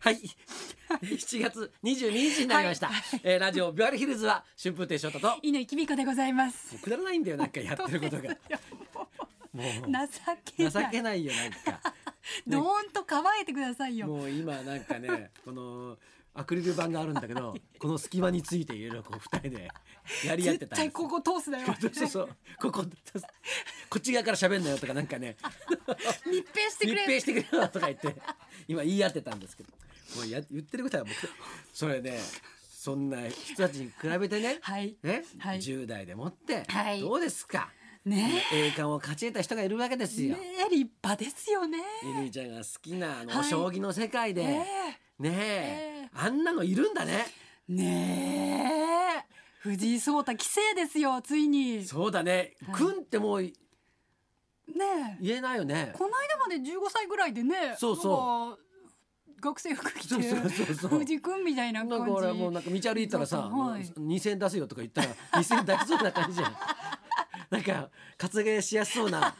はい。7月22日になりました。はいはいえーラジオビバリーヒルズは春風亭昇太と。も犬きみこでございます。うくだらないんだよ、 なんかやってることが。もう。情け情ない。けないよ、なんか。どーんと構えてくださいよ。もう今なんかね、この。アクリル板があるんだけど、この隙間についていろいろこう二人で。やり合って絶たんです対よ。ここ通すなよ。そうそうそう、ここ、こっち側から喋んなよとか、なんかね。密閉し密てく閉れ。してくれよとか言って今言い合ってたんですけどもうや言ってることは僕それねそんな人たちに比べてね,、はい。ねはい10代でもって、はいどうですかね栄冠を勝ち得た人がいるわけでえ。すねよ。え立派ですよね。乾ちゃんが好きなあの、はい将棋の世界で、ねねえええあんなのいるんだねえ。ねえ。藤井聡太棋聖ですよ。ついに。ねそうだね、はいくんってもうえ。言えないよねこの間まで15歳ぐらいでね。そうそうなんか学生服着そうてそうそうそう藤井君みたいななん感かじ。俺もうなんか道歩いたらさ、なんかはいもう2000出すよとか言ったら2000出しそうな感じじゃん なんか活芸しやすそうな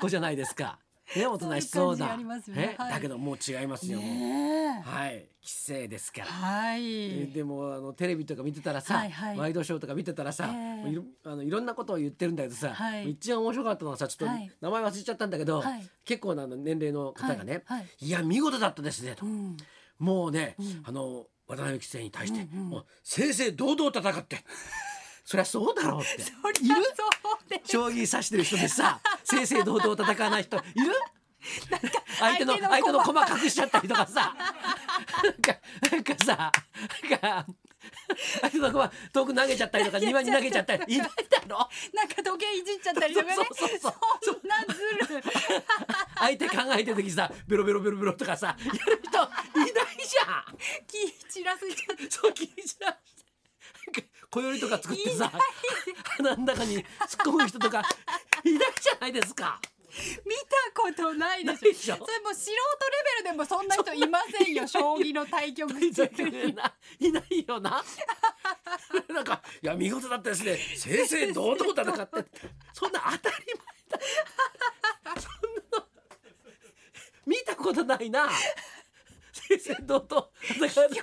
子じゃないですかね大人しそうそういう感じなありますよねえはいだけどもう違いますよ、もうねえ。はい規制ですから、はい。えでもあのテレビとか見てたらさ、はいはいワイドショーとか見てたらさ、ええもういろあのいろんなことを言ってるんだけどさ、はい一番面白かったのはさちょっとはい名前忘れちゃったんだけど、はい結構なあの年齢の方がね、はいはいいや見事だったですねと。うん。もうね、んあの渡辺棋聖に対して、うんうんもう正々堂々戦 ってそりゃそうだろうってそりゃそうで将棋指してる人でさ正々堂々戦わない人いる相手の相相手手のの駒隠しちゃったりとかさなんかなんかさなんか相手の駒遠く投げちゃったりとか庭に投げちゃったりいないだろなんか時計いじっちゃったりとかね。そうそうそうそんなずる。相手考えてる時さベロベロベロベロとかさやる人いないじゃん気散らせちゃって。そう気にしなくてなんか小よりとか作ってさ鼻の中に突っ込む人とかいないじゃないですか見たことないでしょ。ないでしょそれもう素人レベルでもそんな人いませ んよ。将棋の対局い中に。ないよななんかいや見事だったですね正々堂々戦ってそんな当たり前だそんなの見たことないな正々堂々戦って卑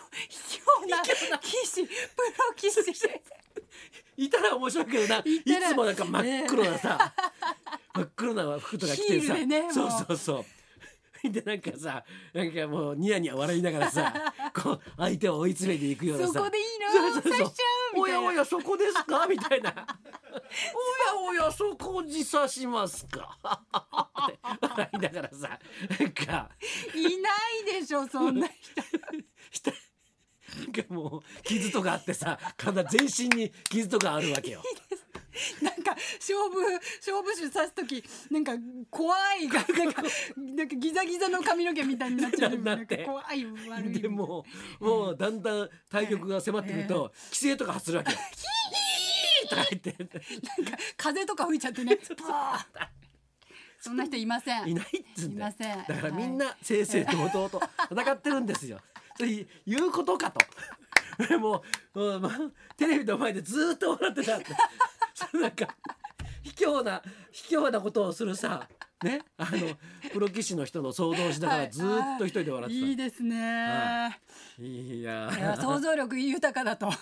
怯な棋士、プロ棋士。いたら面白いけどないいたらつもなんか真っ黒なさ、真っ黒な服とか着てさ、ヒールでねもうそうそうそうでなんかさなんかもうニヤニヤ笑いながらさこう相手を追い詰めていくようなさそこでいいなそうそうそう刺しちゃ うみおたいやなおやそこです かみたいなおやおやそこ自殺しますかって笑いながらさなんかいないでしょ、そんな人。したなんかもう傷とかあってさ体全身に傷とかあるわけ よ。なんか、勝負、勝負手指すとき、なんか、怖い が、なんか、なんかギザギザの髪の毛みたいになっちゃう。ななんだっんてか怖い、悪い。でもうもうだんだん対局が迫ってくると規制とか発する わけよ。ヒーとか言って なんか風とか吹いちゃってね。そんな人いません。いないっつうんだよいませんだからみんな正々堂々と戦ってるんですよ。ということかと。俺もうもうまテレビの前でずーっと笑ってたって。そうなんか卑怯な卑怯なことをするさねあのプロ棋士の人の想像しながらずーっと一人で笑ってた。いいですね。はいいやーや想像力豊かだと。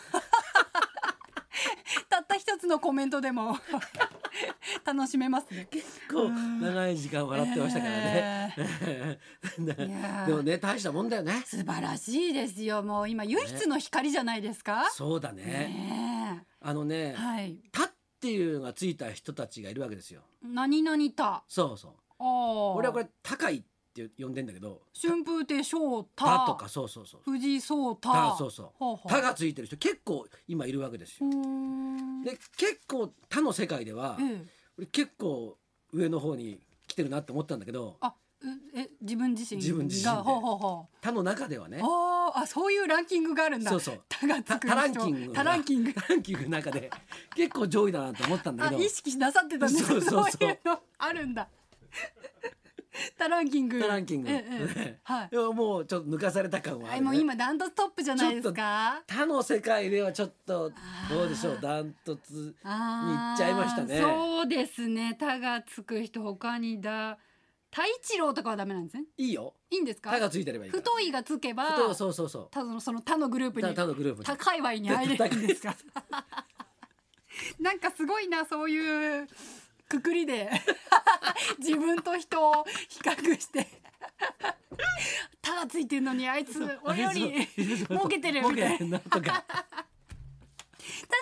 たった一つのコメントでも 楽しめますね。こう長い時間笑ってましたからね。いやーでも ね大したもんだよね。素晴らしいですよ。もう今唯一の光じゃないですか。そうだね。ねあのねえ、はい。たっていうのがついた人たちがいるわけですよ。何々た。そうそう。俺俺はこれ高いって呼んでんだけど、春風亭昇太。たとかそうそうそう。藤井聡太。たそうそうほうほうたがついてる人結構今いるわけですうよ。ーんで結構他の世界では、ええ俺結構上の方に来てるなって思ったんだけど、あ、うえ、自分自身が。自分自身でほうほうほう。他の中ではね、あーあ、そういうランキングがあるんだ。そうそうたがつく人。たランキングがたランキング。他ランキングの中で結構上位だなと思ったんだあけ、ど意、識なさってたね。そうそうそういうのあるんだ。 たランキング。他ランキングええええはい でももうちょっと抜かされた感はああ。る、ね。もう今ダントツトップじゃないですか。他の世界ではちょっとどうでしょうダントツに行っちゃいましたねあーそうですね。たがつく人、他にだ。太一郎とかはダメなんですねいいよいいんですか歯がついてればいいから太いがつけば太そうそうそうただのその他のグループに他他のグループに他界隈に入れるんですか なんかすごいなそういうくく りで自分と人を比較して「た」がついてるのにあいつ俺より儲けてるみたいななとか、確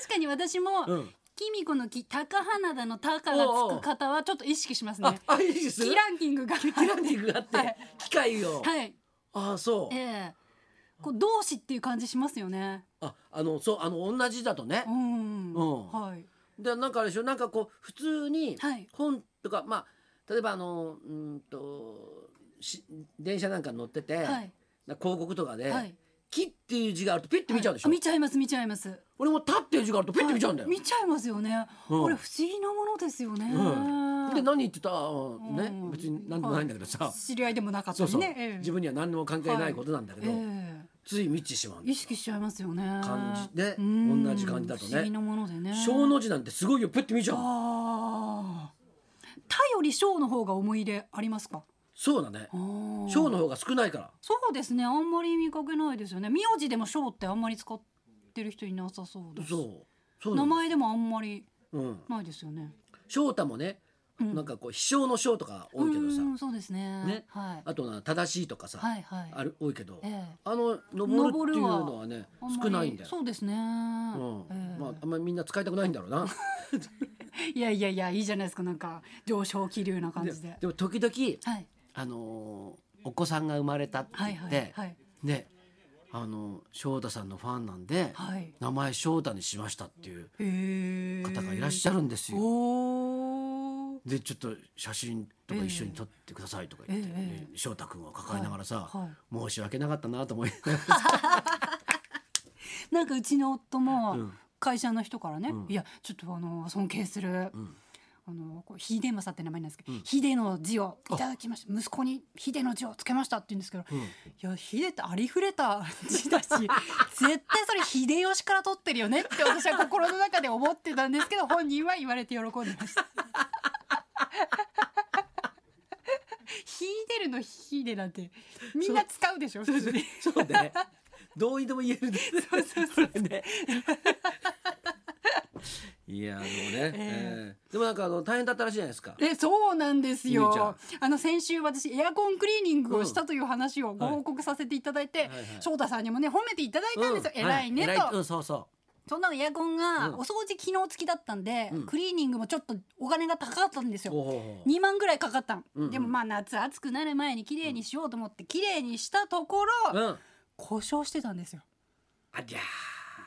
かに私も、うん、キミコの木高花田の高がつく方はちょっと意識しますあね。あいいですキランキングがキランディングがあって、はい機械を、はい、あそええこう同志っていう感じしますよね。うああのそうあの同じだとねう、ん、うんはい、でなんかあれでしょなんかこう普通にはい本とか、まあ例えばあのうーんとし電車なんか乗ってて、はい、な広告とかで、はい。木っていう字があるとピッて見ちゃうでしょ、は見ちゃいます見ちゃいます俺も立っていう字があるとピッて見ちゃうんだよ、は見ちゃいますよね、うんこれ不思議なものですよね、うで何言ってた、あーねうん別に何でもないんだけどさ、知り合いでもなかったそうりそう、ねええ自分には何にも関係ないことなんだけど、えつい見てしまうんえだ意識しちゃいますよね感じねうん同じ感じだとね不思議なものでね小の字なんてすごいよプッて見ちゃうのあー他より小の方が思い入れありますかそうだねあー小の方が少ないからそうですねあんまり見かけないですよね名字でも小ってあんまり使ってる人いなさそうですそうそうな名の前でもあんまりうんないですよね翔太もね、うんなんかこう飛翔の翔とか多いけどさ、うんそうですねねはいあとな正しいとかさ、はいはいある多いけど、ええあの登るっていう登るはのはねあんまり少ないんだよ。そうですね、うんええまああんまりみんな使いたくないんだろうな。いやいやいやいいじゃないですかなんか上昇気流 な感でじででも時々はいあのーお子さんが生まれたってはい言っはて、いはいねあの翔太さんのファンなんで、はい名前翔太にしましたっていうへえ方がいらっしゃるんですよ。おおでちょっと写真とか一緒に撮ってくださいとか言って、えええね翔太君を抱えながらさ、はい申し訳なかったなと思いながらなんかうちの夫もうん会社の人からね、うんいやちょっとあの尊敬する、んあのこう秀政って名前なんですけど、うん秀の字をいただきました息子に秀の字をつけましたって言うんですけど、うんいや秀ってありふれた 字だし絶対それ秀吉から取ってるよねって私は心の中で思ってたんですけど本人は言われて喜んでました。 秀でるの秀なんてみんな使うでしょ普通に そうね。どうにでも言えるね。そうそうそうね。いやあのね、ええーでもなんかあの大変だったらしいじゃないですか。えそうなんですゆいちゃんよあの先週私エアコンクリーニングをしたという話をご報告させていただいて、はいはいはい翔太さんにもね褒めていただいたんですよ、偉いねはと、偉うんそうそそんなのエアコンがうんお掃除機能付きだったんで、うんクリーニングもちょっとお金が高かったんですう。よ、ほうほう2万ぐらいかかったん、うんうんでもまあ夏暑くなる前に綺麗にしようと思って綺麗にしたところ、ほう。うん。故障してたんですよあじゃ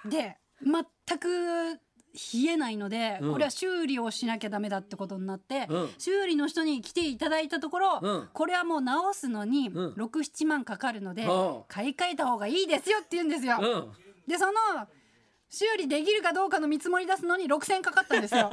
で全く冷えないので、うんこれは修理をしなきゃダメだってことになって、うん修理の人に来ていただいたところ、うんこれはもう直すのにうん67万かかるので、あ。買い替えた方がいいですよって言うんですよ。うん。でその修理できるかどうかの見積もり出すのに6,000かかったんです よ。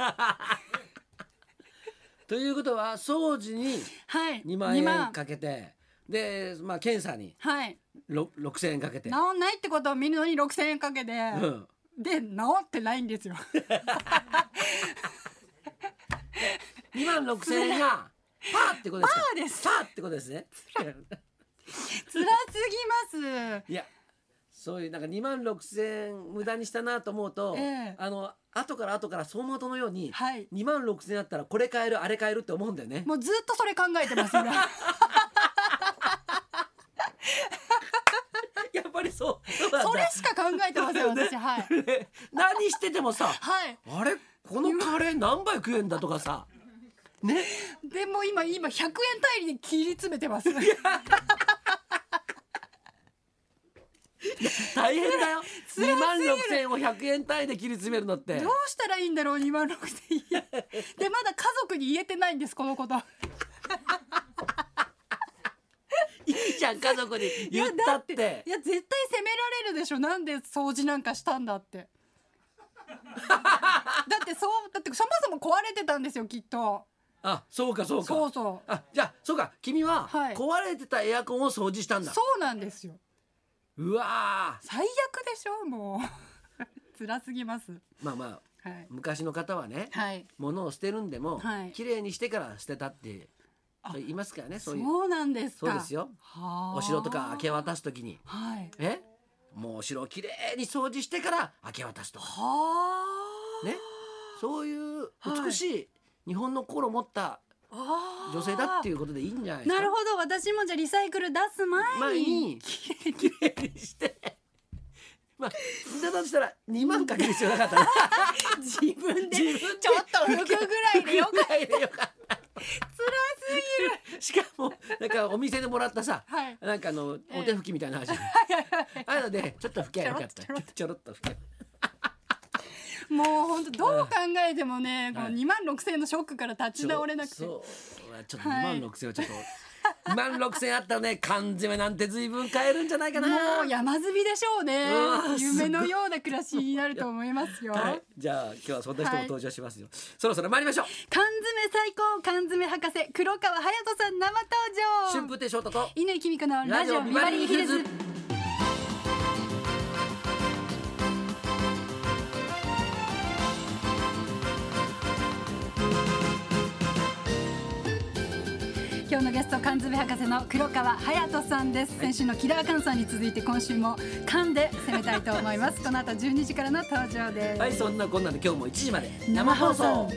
ということは掃除にはい、 2万円かけて、でまあ検査にはいろ6000円かけて。直んないってことを見るのに6,000円かけて、うん。で治ってないんで すよ。 2万6000円がパーってことですか。パーですパーってことですね。辛すぎます。いやそういうなんか2万6千無駄にしたなと思うと、ええあの後から後から走馬灯のように、はい2万6千あったらこれ買えるあれ買えるって思うんだよね。もうずっとそれ考えてますね。 やっぱりそうそうなんだそれしか考えて ません私はい何しててもさはいあれこのカレー何杯食えんだとかさねでも今今100円単位で切り詰め てます大変だよ 辛すぎる2万6千を100円単位で切り詰めるのってどうしたらいいんだろう2万6000円でまだ家族に言えてないんですこのこといいじゃん家族に言ったっていやだいや絶対責められるでしょなんで掃除なんかしたん だってだってそうだってそもそも壊れてたんですよきっとあそうかそうかそうそうあじゃあそうか君ははい壊れてたエアコンを掃除したんだ、そうなんですようわー最悪でしょもう 辛すぎますまあまあはい昔の方はね、はい物を捨てるんでも、はい綺麗にしてから捨てたってあいますからねそういうそうなんですかそうですよはあお城とか明け渡すときにはいえもうお城をきれいに掃除してから明け渡すとはあねそういうはい美しい日本の心を持ったあ女性だっていいうことでいいんじゃないうですなかるほど私もじゃあリサイクル出す前前ににきれいにきれいにして まあだとしたら2万かける必要なかったな 自分で自分でちょっと拭くぐらいでよかっくらいでよかった辛すぎるしかもなんかお店でもらったさたはいなんかあのええお手拭きみたいな味あるのでちょっと拭きゃよかったちょろっちょろっと拭けばもう本当どう考えてもね、こはのい2万6千のショックから立ち直れなくてそうそうはちょっと2はい万6千はちょっと、2万6千あったらね缶詰なんて随分買えるんじゃないかなもう山積みでしょうねうわー夢のような暮らしになると思いますよ、はい、じゃあ今日はそんな人も登場しますよ、そろそろ参りましょう缶詰最高缶詰博士黒川隼人さん生春登場風亭昇太と犬井貴美子のラジオビバリーヒルズ今日のゲスト缶詰博士の黒川隼人さんです先週のキラーカンさんに続いて今週も噛んで攻めた いと思いますこの後12時からの登場です、はいそんなこんなんで今日も1時まで生放送